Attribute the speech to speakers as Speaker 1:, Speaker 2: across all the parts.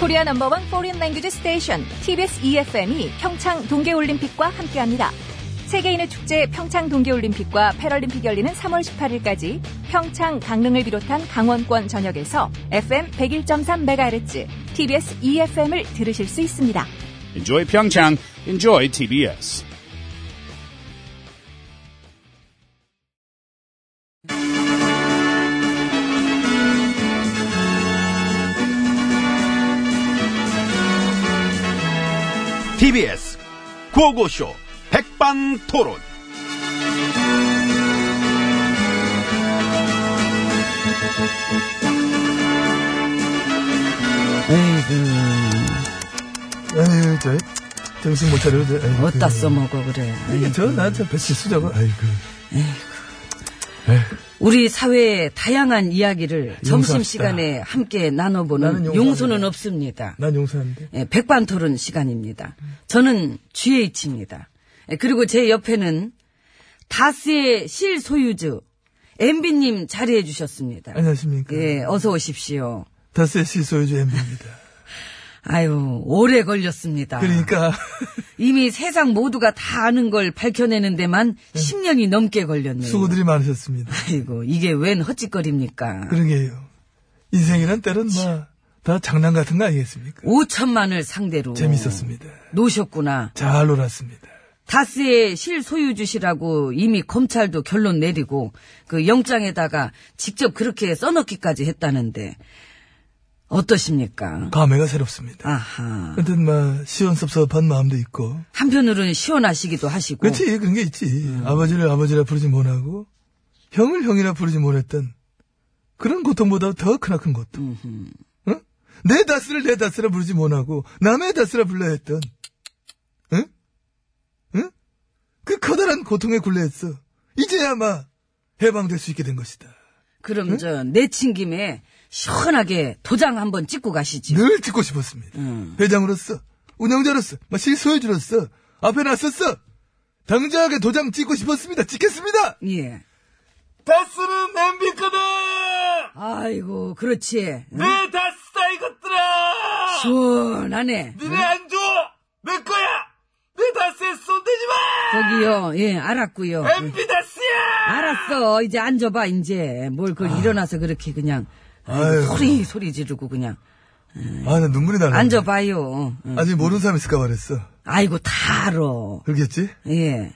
Speaker 1: 코리아 넘버원 포린 랭귀지 스테이션 TBS EFM이 평창 동계올림픽과 함께합니다. 세계인의 축제 평창 동계올림픽과 패럴림픽 열리는 3월 18일까지 평창 강릉을 비롯한 강원권 전역에서 FM 101.3MHz TBS EFM을 들으실 수 있습니다.
Speaker 2: Enjoy Pyeongchang. Enjoy TBS.
Speaker 3: TBS 구호고쇼 백반토론.
Speaker 4: 에이그
Speaker 5: 에이, 저, 예, 정신 못 차려. 저, 아이고,
Speaker 4: 어디다
Speaker 5: 그,
Speaker 4: 써먹어 그래
Speaker 5: 이게
Speaker 4: 에이,
Speaker 5: 저, 나한테 배치 수작을, 아이고.
Speaker 4: 우리 사회의 다양한 이야기를
Speaker 5: 용서합시다.
Speaker 4: 점심시간에 함께 나눠보는
Speaker 5: 나는
Speaker 4: 용서는
Speaker 5: 용서합니다. 네.
Speaker 4: 없습니다
Speaker 5: 난 용서하는데.
Speaker 4: 예, 백반토론 시간입니다 저는 GH입니다 예, 그리고 제 옆에는 다스의 실소유주 MB님 자리해 주셨습니다
Speaker 5: 네. 안녕하십니까.
Speaker 4: 예, 어서 오십시오
Speaker 5: 다스의 실소유주 엠비입니다.
Speaker 4: 아유 오래 걸렸습니다
Speaker 5: 그러니까,
Speaker 4: 이미 세상 모두가 다 아는 걸 밝혀내는 데만 10년이 넘게 걸렸네요.
Speaker 5: 네. 수고들이 많으셨습니다.
Speaker 4: 아이고 이게 웬 헛짓거리입니까?
Speaker 5: 그러게요. 인생이란 때는, 막, 다 장난 같은 거 아니겠습니까?
Speaker 4: 5천만을 상대로
Speaker 5: 예. 재밌었습니다.
Speaker 4: 노셨구나.
Speaker 5: 잘 놀았습니다.
Speaker 4: 다스의 실소유주시라고 이미 검찰도 결론 내리고 그 영장에다가 직접 그렇게 써넣기까지 했다는데 어떠십니까?
Speaker 5: 감회가 새롭습니다.
Speaker 4: 아하.
Speaker 5: 근데, 막, 시원섭섭한 마음도 있고.
Speaker 4: 한편으로는 시원하시기도 하시고
Speaker 5: 그렇지, 그런 게 있지. 아버지를 아버지라 부르지 못하고, 형을 형이라 부르지 못했던, 그런 고통보다 더 크나큰 고통. 응? 내 다스를 내 다스라 부르지 못하고, 남의 다스라 불러야 했던, 응? 응? 그 커다란 고통에 굴레했어. 이제야마, 해방될 수 있게 된 것이다.
Speaker 4: 그럼
Speaker 5: 네?
Speaker 4: 저 내친 김에 시원하게 도장 한번 찍고 가시지.
Speaker 5: 늘 듣고 싶었습니다.
Speaker 4: 음.
Speaker 5: 회장으로서, 운영자로서, 막 실소유주로서, 앞에 나섰어! 당장하게 도장 찍고 싶었습니다! 찍겠습니다!
Speaker 4: 예.
Speaker 5: 다스는 냄비 거다!
Speaker 4: 아이고, 그렇지. 응?
Speaker 5: 내 다스다 이것들아!
Speaker 4: 시원하네.
Speaker 5: 니네 안 줘! 내 거야! 내 다스에 손대지 마!
Speaker 4: 저기요, 예, 알았고요.
Speaker 5: 냄비 다스야!
Speaker 4: 알았어. 이제 앉아봐, 이제. 뭘 그걸 일어나서 그렇게 그냥. 아이고,
Speaker 5: 아유.
Speaker 4: 소리, 소리 지르고 그냥.
Speaker 5: 아, 나 눈물이 나네.
Speaker 4: 앉아봐요. 응.
Speaker 5: 음. 아직 모르는 사람 있을까 말했어.
Speaker 4: 아이고, 다 알아.
Speaker 5: 그러겠지?
Speaker 4: 예.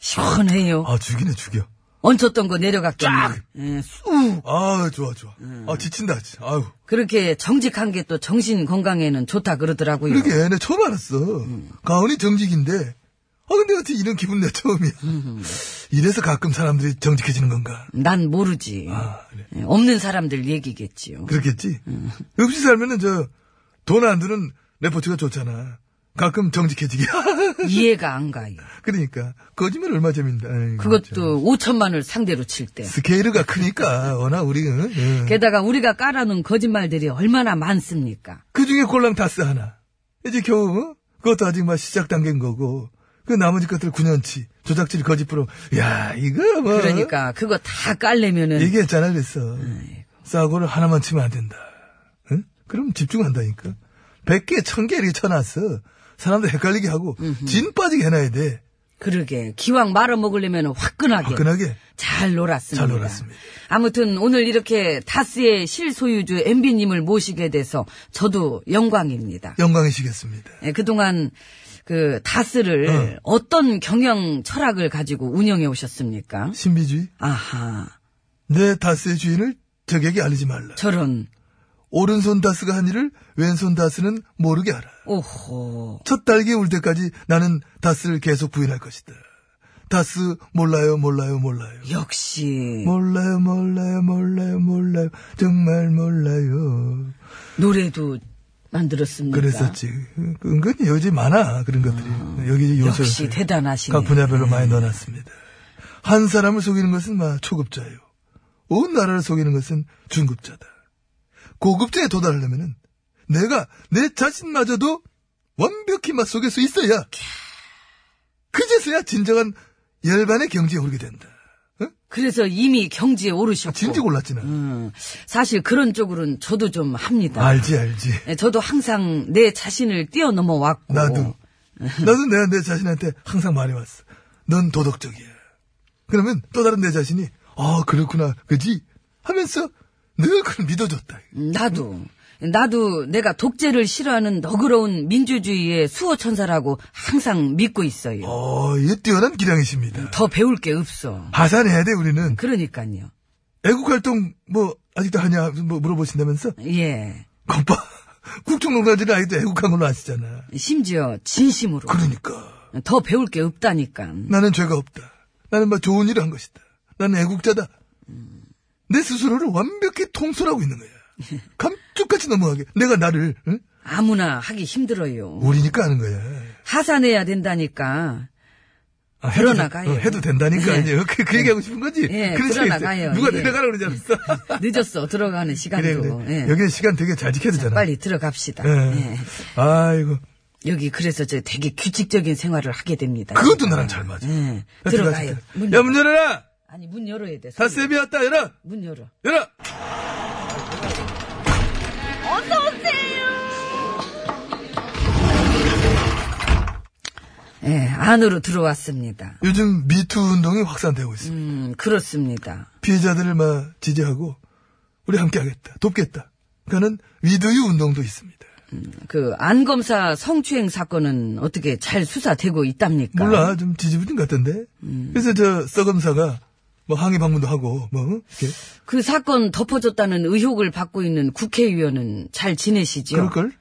Speaker 4: 시원해요.
Speaker 5: 아, 죽이네, 죽여.
Speaker 4: 얹혔던 거 내려갔겠네. 예, 쑥.
Speaker 5: 아, 좋아, 좋아.
Speaker 4: 음.
Speaker 5: 아, 지친다, 지 아유.
Speaker 4: 그렇게 정직한 게 또 정신 건강에는 좋다 그러더라고요.
Speaker 5: 그러게, 내 처음 알았어. 가은이 정직인데. 아, 근데 어떻게 이런 기분 내 처음이야. 이래서 가끔 사람들이 정직해지는 건가?
Speaker 4: 난 모르지.
Speaker 5: 아, 그래.
Speaker 4: 예, 없는 사람들 얘기겠지요.
Speaker 5: 그렇겠지?
Speaker 4: 음.
Speaker 5: 없이 살면은 저, 돈 안 드는 레포츠가 좋잖아. 가끔 정직해지게. 그
Speaker 4: 이해가 안 가요.
Speaker 5: 그러니까. 거짓말 얼마 재밌다. 아이고, 참.
Speaker 4: 그것도 5천만을 상대로 칠 때.
Speaker 5: 스케일가 크니까, 워낙 예. 우리, 응? 응.
Speaker 4: 게다가 우리가 깔아놓은 거짓말들이 얼마나 많습니까?
Speaker 5: 그 중에 꼴랑 다스 하나. 이제 겨우, 어? 그것도 아직 막 시작 단계인 거고. 그 나머지 것들 9년치. 조작질 거짓부로. 야 이거 뭐.
Speaker 4: 그러니까 네, 그거 다 깔려면은
Speaker 5: 얘기했잖아, 그랬어. 싸고를 하나만 치면 안 된다. 응? 그럼 집중한다니까. 100개, 1000개 이렇게 쳐놨어. 사람들 헷갈리게 하고, 진 빠지게 해놔야 돼.
Speaker 4: 그러게 기왕 말아먹으려면 화끈하게
Speaker 5: 화끈하게.
Speaker 4: 잘 놀았습니다.
Speaker 5: 잘 놀았습니다.
Speaker 4: 아무튼 오늘 이렇게 다스의 실소유주 MB님을 모시게 돼서 저도 영광입니다.
Speaker 5: 영광이시겠습니다.
Speaker 4: 예, 그동안 그 다스를 어. 떤 경영 철학을 가지고 운영해 오셨습니까?
Speaker 5: 신비주의?
Speaker 4: 아하
Speaker 5: 내 다스의 주인을 적에게 알리지 말라.
Speaker 4: 저런
Speaker 5: 오른손 다스가 한 일을 왼손 다스는 모르게 알아.
Speaker 4: 오호
Speaker 5: 첫 달기 울 때까지 나는 다스를 계속 부인할 것이다. 다스 몰라요 몰라요 몰라요.
Speaker 4: 역시
Speaker 5: 뭐? 몰라요 몰라요 몰라요 몰라요 정말 몰라요.
Speaker 4: 노래도 만들었습니다.
Speaker 5: 그랬었지. 은근히 요즘 많아 그런 것들이 여기 요소
Speaker 4: 역시 대단하시네.
Speaker 5: 각 분야별로 많이 넣어놨습니다. 한 사람을 속이는 것은 막 초급자예요. 온 나라를 속이는 것은 중급자다. 고급자에 도달하려면은 내가 내 자신마저도 완벽히 맞속일 수 있어야 그제서야 진정한 열반의 경지에 오르게 된다. 응?
Speaker 4: 그래서 이미 경지에 오르셨고.
Speaker 5: 아, 진즉 올랐지나.
Speaker 4: 음, 사실 그런 쪽으로는 저도 좀 합니다.
Speaker 5: 알지, 알지.
Speaker 4: 예, 저도 항상 내 자신을 뛰어넘어 왔고.
Speaker 5: 나도. 나도 내가 내 자신한테 항상 말해왔어. 넌 도덕적이야. 그러면 또 다른 내 자신이, 아, 그렇구나. 그지? 하면서 늘 그걸 믿어줬다.
Speaker 4: 음, 나도. 나도 내가 독재를 싫어하는 너그러운 민주주의의 수호천사라고 항상 믿고 있어요.
Speaker 5: 어, 이 뛰어난 기량이십니다.
Speaker 4: 더 배울 게 없어.
Speaker 5: 하산해야 돼, 우리는.
Speaker 4: 그러니까요.
Speaker 5: 애국활동, 뭐, 아직도 하냐, 뭐, 물어보신다면서?
Speaker 4: 예.
Speaker 5: 거봐. 국정농단지를 아직도 애국한 걸로 아시잖아.
Speaker 4: 심지어 진심으로.
Speaker 5: 그러니까.
Speaker 4: 더 배울 게 없다니까.
Speaker 5: 나는 죄가 없다. 나는 막 좋은 일을 한 것이다. 나는 애국자다. 내 스스로를 완벽히 통솔하고 있는 거야. 감쪽같이 넘어가게. 내가 나를, 응?
Speaker 4: 아무나 하기 힘들어요.
Speaker 5: 우리니까 하는 거야.
Speaker 4: 하산해야 된다니까.
Speaker 5: 아, 해도
Speaker 4: 그러나가요.
Speaker 5: 된- 어, 해도 된다니까요. 그, 그 얘기하고 싶은 거지?
Speaker 4: 예,
Speaker 5: 그런 식이 있어요.
Speaker 4: 그러나가요.
Speaker 5: 누가
Speaker 4: 예.
Speaker 5: 내려가라 그러지 않았어?
Speaker 4: 늦었어. 들어가는
Speaker 5: 그래,
Speaker 4: 시간도.
Speaker 5: 그래.
Speaker 4: 예.
Speaker 5: 여기는 시간 되게 잘 지켜야 되잖아.
Speaker 4: 빨리 들어갑시다.
Speaker 5: 예.
Speaker 4: 예.
Speaker 5: 아이고.
Speaker 4: 여기 그래서 저 되게 규칙적인 생활을 하게 됩니다.
Speaker 5: 그것도 나랑 잘 맞아.
Speaker 4: 예.
Speaker 5: 야,
Speaker 4: 들어가요.
Speaker 5: 들어가자. 야, 문 열어라!
Speaker 4: 아니 문 열어야 돼.
Speaker 5: 다 세비 왔다, 열어!
Speaker 4: 문 열어.
Speaker 5: 열어!
Speaker 4: 예, 안으로 들어왔습니다.
Speaker 5: 요즘 미투 운동이 확산되고 있습니다.
Speaker 4: 음, 그렇습니다.
Speaker 5: 피해자들을 막 지지하고 우리 함께 하겠다. 돕겠다. 그는 위드유 운동도 있습니다.
Speaker 4: 그 안 검사 성추행 사건은 어떻게 잘 수사되고 있답니까?
Speaker 5: 몰라 좀 지지부진 같던데.
Speaker 4: 음.
Speaker 5: 그래서 저 서검사가 뭐 항의 방문도 하고 뭐 이렇게
Speaker 4: 그 사건 덮어줬다는 의혹을 받고 있는 국회의원은 잘 지내시죠?
Speaker 5: 그럴 걸.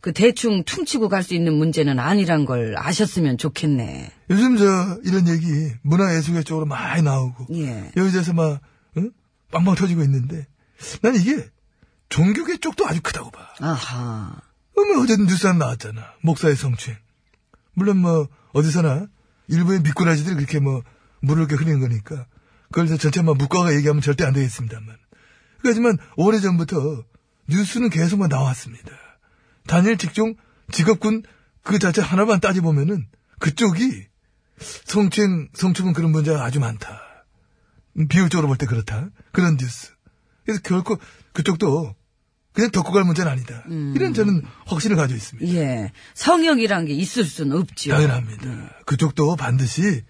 Speaker 4: 그 대충 퉁치고 갈 수 있는 문제는 아니란 걸 아셨으면 좋겠네.
Speaker 5: 요즘 저 이런 얘기 문화예술계 쪽으로 많이 나오고
Speaker 4: 예.
Speaker 5: 여기저기서 막 응? 빵빵 터지고 있는데 난 이게 종교계 쪽도 아주 크다고 봐.
Speaker 4: 아하.
Speaker 5: 어머 어제 뉴스 안 나왔잖아. 목사의 성추행. 물론 뭐 어디서나 일부의 미꾸라지들이 그렇게 뭐 물을 이렇게 흐리는 거니까 그걸 이제 전체만 묶어가 얘기하면 절대 안 되겠습니다만. 하지만 오래 전부터 뉴스는 계속 만 나왔습니다. 단일 직종 직업군 그 자체 하나만 따져 보면은 그쪽이 성추행 성추문 그런 문제가 아주 많다. 비율적으로 볼 때 그렇다. 그런 뉴스. 그래서 결코 그쪽도 그냥 겪고 갈 문제는 아니다. 이런 저는 확신을 가지고 있습니다.
Speaker 4: 예. 성역이란 게 있을 순 없지요.
Speaker 5: 당연합니다. 그쪽도 반드시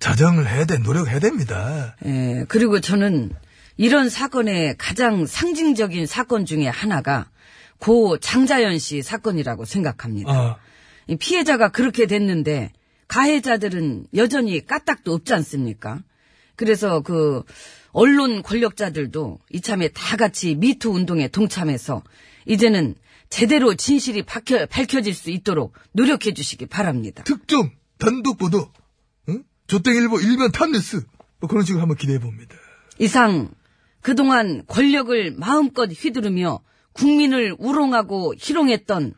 Speaker 5: 자정을 해야 돼, 노력해야 됩니다.
Speaker 4: 예, 그리고 저는 이런 사건의 가장 상징적인 사건 중에 하나가 고 장자연 씨 사건이라고 생각합니다.
Speaker 5: 아,
Speaker 4: 이 피해자가 그렇게 됐는데 가해자들은 여전히 까딱도 없지 않습니까? 그래서 그 언론 권력자들도 이참에 다 같이 미투 운동에 동참해서 이제는 제대로 진실이 밝혀, 밝혀질 수 있도록 노력해 주시기 바랍니다.
Speaker 5: 특종, 단독 보도, 응? 조땡일보 일면 탑뉴스, 뭐 그런 식으로 한번 기대해 봅니다.
Speaker 4: 이상 그동안 권력을 마음껏 휘두르며 국민을 우롱하고 희롱했던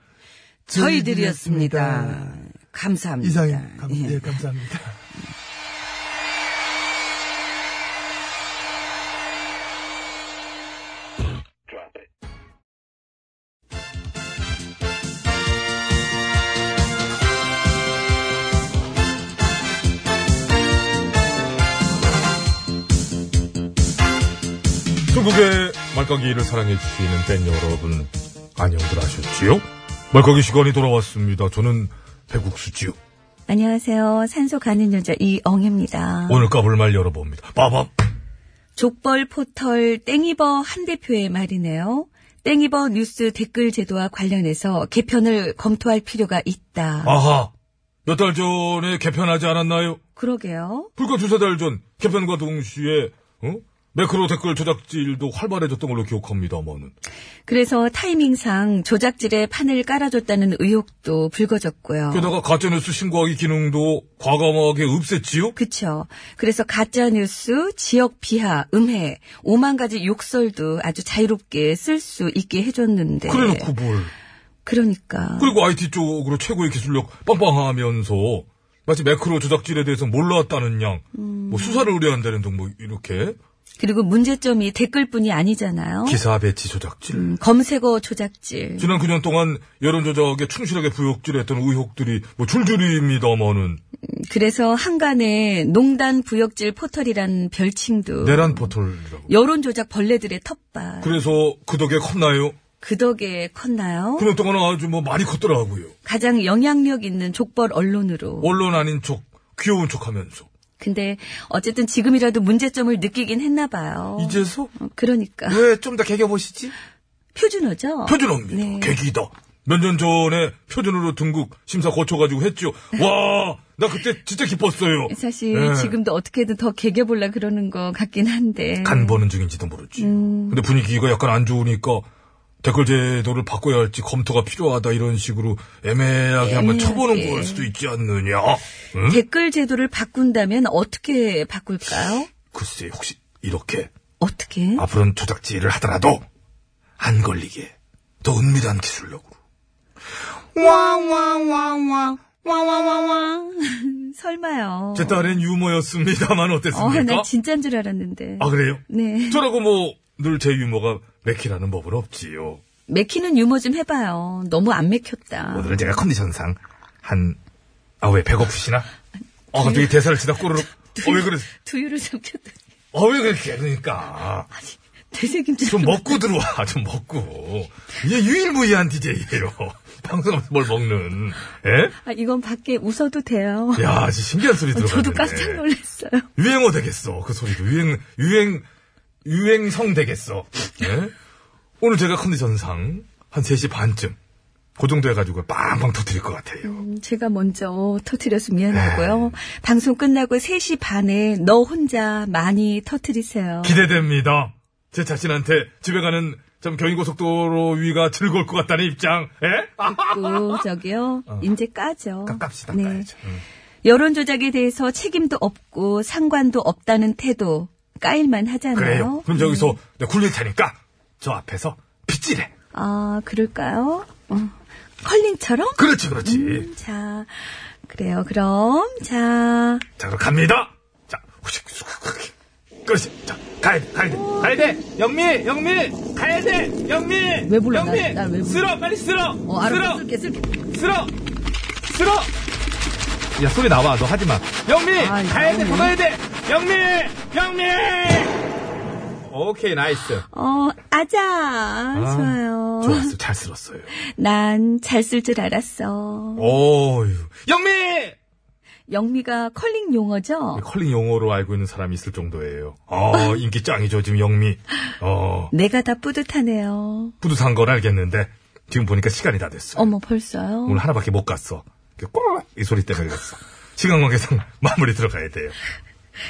Speaker 4: 저희들이었습니다.
Speaker 5: 저희들이었습니다.
Speaker 4: 감사합니다.
Speaker 5: 이상입니다. 감,
Speaker 4: 예.
Speaker 5: 예, 감사합니다.
Speaker 6: 중국의 말까기를 사랑해주시는 팬 여러분, 안녕들 하셨지요? 말까기 시간이 돌아왔습니다. 저는 배국수지요.
Speaker 7: 안녕하세요. 산소 가는 여자
Speaker 4: 음.
Speaker 7: 이엉입니다.
Speaker 6: 오늘 까불 말 열어봅니다. 빠밤!
Speaker 7: 족벌 포털 땡이버 한 대표의 말이네요. 땡이버 뉴스 댓글 제도와 관련해서 개편을 검토할 필요가 있다.
Speaker 6: 아하! 몇 달 전에 개편하지 않았나요?
Speaker 7: 그러게요.
Speaker 6: 불과 두세 달 전, 개편과 동시에, 어? 매크로 댓글 조작질도 활발해졌던 걸로 기억합니다만은.
Speaker 7: 그래서 타이밍상 조작질에 판을 깔아줬다는 의혹도
Speaker 4: 어.
Speaker 7: 불거졌고요.
Speaker 6: 게다가 가짜뉴스 신고하기 기능도 과감하게 없앴지요?
Speaker 7: 그쵸. 그래서 가짜뉴스, 지역 비하, 음해, 오만 가지 욕설도 아주 자유롭게 쓸 수 있게
Speaker 4: 예.
Speaker 7: 해줬는데.
Speaker 6: 그래 놓고 뭘.
Speaker 7: 그러니까.
Speaker 6: 그리고 IT 쪽으로 최고의 기술력 빵빵하면서 마치 매크로 조작질에 대해서 몰랐다는 양, 뭐 수사를 의뢰한다는 등 뭐 이렇게
Speaker 7: 그리고 문제점이 댓글뿐이
Speaker 4: 어?
Speaker 7: 아니잖아요.
Speaker 6: 기사 배치 조작질.
Speaker 7: 음, 검색어 조작질.
Speaker 6: 지난 9년 동안 여론 조작에 충실하게 부역질했던 의혹들이 뭐 줄줄이입니다마는
Speaker 4: 그래서 한간에 농단 부역질 포털이란 별칭도
Speaker 5: 내란 포털이라고.
Speaker 4: 여론조작 벌레들의 텃밭
Speaker 5: 네, 그래서 그 덕에 컸나요?
Speaker 4: 그 덕에 컸나요?
Speaker 5: 그년 동안 아주 뭐 많이 컸더라고요.
Speaker 4: 가장 영향력 있는 족벌 언론으로
Speaker 5: 언론 아닌 척, 귀여운 척 하면서.
Speaker 4: 근데 어쨌든 지금이라도 문제점을 느끼긴 했나 봐요
Speaker 5: 이제서?
Speaker 4: 어, 그러니까
Speaker 5: 왜 좀 더 개겨보시지?
Speaker 4: 표준어죠?
Speaker 5: 표준어입니다.
Speaker 4: 네.
Speaker 5: 계기다. 몇 년 전에 표준으로 등급 심사 거쳐가지고 했죠. 와, 나 그때 진짜 기뻤어요.
Speaker 4: 사실
Speaker 5: 네.
Speaker 4: 지금도 어떻게든 더 개겨보려 그러는 것 같긴 한데
Speaker 5: 간 보는 중인지도 모르지.
Speaker 4: 음.
Speaker 5: 근데 분위기가 약간 안 좋으니까 댓글 제도를 바꿔야 할지 검토가 필요하다 이런 식으로 애매하게
Speaker 4: 애매하게.
Speaker 5: 한번
Speaker 4: 예.
Speaker 5: 쳐보는 걸 수도 있지 않느냐. 응?
Speaker 4: 댓글 제도를 바꾼다면 어떻게 바꿀까요?
Speaker 5: 글쎄, 혹시 이렇게
Speaker 4: 어떻게?
Speaker 5: 앞으로는 조작질을 하더라도 안 걸리게 더 은밀한 기술력으로.
Speaker 4: 음, 설마요.
Speaker 5: 제 딸엔 유머였습니다만
Speaker 4: 어,
Speaker 5: 어땠습니까?
Speaker 4: 나 진짠 줄 알았는데.
Speaker 5: 아 그래요?
Speaker 4: 네.
Speaker 5: 저라고 뭐 늘 제 유머가 맥히라는 법은 없지요.
Speaker 4: 맥히는 유머 좀 해봐요. 너무 안 맥혔다.
Speaker 5: 오늘은 제가 컨디션상 한 아 왜 배고프시나? 아 갑자기 대사를 치다 꼬르륵. 어, 왜 그래?
Speaker 4: 두유를 삼켰더니
Speaker 5: 어왜 그렇게 그러니까
Speaker 4: 되새김질.
Speaker 5: 좀 먹고 들어와 좀 먹고 이게 유일무이한 DJ예요. 방송하면서 뭘 먹는? 예?
Speaker 4: 아, 이건 밖에 웃어도 돼요.
Speaker 5: 야, 진짜 신기한 소리 들어봤네.
Speaker 4: 저도 깜짝 놀랐어요.
Speaker 5: 유행어 되겠어. 그 소리도 유행 유행 유행성 되겠어. 예? 오늘 제가 컨디션상 한 3시 반쯤 그 정도 해가지고 빵빵 터뜨릴 것 같아요.
Speaker 4: 음, 제가 먼저 터트려서
Speaker 5: 네.
Speaker 4: 미안하고요. 방송 끝나고 3시 반에 너 혼자 많이 터트리세요.
Speaker 5: 기대됩니다. 제 자신한테 집에 가는 참 경인고속도로 위가 즐거울 것 같다는 입장. 예? 아,
Speaker 4: 고 저기요. 이제 까죠.
Speaker 5: 깝시다
Speaker 4: 네.
Speaker 5: 어. 까야죠. 음.
Speaker 4: 여론 조작에 대해서 책임도 없고 상관도 없다는 태도 까일만 하잖아요.
Speaker 5: 그래요. 그럼 여기서
Speaker 3: 음.
Speaker 5: 내가 굴릴 테니까 저 앞에서 빗질해.
Speaker 4: 아, 그럴까요? 어, 컬링처럼?
Speaker 5: 그렇지, 그렇지.
Speaker 3: 음.
Speaker 4: 자, 그래요. 그럼 자,
Speaker 5: 자, 그럼 갑니다. 자, 후식, 후식. 그렇지. 자, 가야 돼, 가야 돼. 가야 돼. 영미, 영미, 가야 돼. 영미.
Speaker 3: 왜 불러? 나-
Speaker 5: 영미.
Speaker 3: 나왜 불러?
Speaker 5: 쓸어, 빨리 쓸어.
Speaker 3: 어,
Speaker 5: 쓸어,
Speaker 3: 알아. 쓸게, 쓸게.
Speaker 5: 쓸어, 쓸어. 야, 소리 나와. 너 하지 마. 영미,
Speaker 3: 아이,
Speaker 5: 가야 돼,
Speaker 3: 영미.
Speaker 5: 받아야 돼. 영미, 영미. 오케이, 나이스.
Speaker 4: 어, 아자. 좋아요.
Speaker 5: 좋았어, 잘 쓸었어요.
Speaker 4: 난 잘 쓸 줄 알았어.
Speaker 5: 오유. 영미!
Speaker 4: 영미가 컬링 용어죠?
Speaker 5: 컬링 용어로 알고 있는 사람이 있을 정도예요. 어, 인기 짱이죠, 지금 영미. 어.
Speaker 4: 내가 다 뿌듯하네요.
Speaker 5: 뿌듯한 건 알겠는데 지금 보니까 시간이 다 됐어.
Speaker 4: 어머, 벌써요?
Speaker 5: 오늘 하나밖에 못 갔어. 꼬이 소리 때문에 그랬어. 시간 관계상 마무리 들어가야 돼요.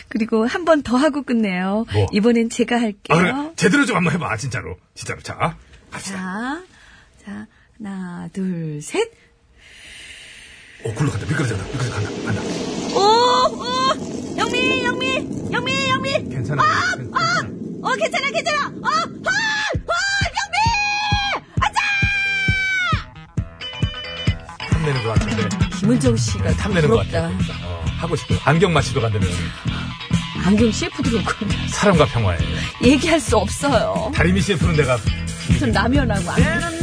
Speaker 4: 그리고 한 번 더 하고 끝내요.
Speaker 5: 뭐?
Speaker 4: 이번엔 제가 할게요.
Speaker 5: 아, 그래. 제대로 좀 한번 해봐, 진짜로. 진짜로. 자, 갑시다.
Speaker 4: 자, 자, 하나, 둘, 셋.
Speaker 5: 오, 어, 굴러간다. 미끄러진다. 미끄러져 간다. 간다.
Speaker 4: 오, 오, 영미, 영미, 영미, 영미.
Speaker 5: 괜찮아. 괜찮아.
Speaker 4: 어, 괜찮아, 괜찮아. 어, 아, 아, 영미.
Speaker 5: 탐내는 것 같은데. 네,
Speaker 3: 김은정 씨가
Speaker 5: 탐내는 것 같아.
Speaker 3: 부럽다.
Speaker 5: 어, 하고 싶어. 안경 마시러 간다면
Speaker 3: 안경 CF도 그렇고
Speaker 5: 사람과 평화에
Speaker 3: 얘기할 수 없어요.
Speaker 5: 다리미 씨에 푸는 데가
Speaker 3: 무슨 라면하고 안경.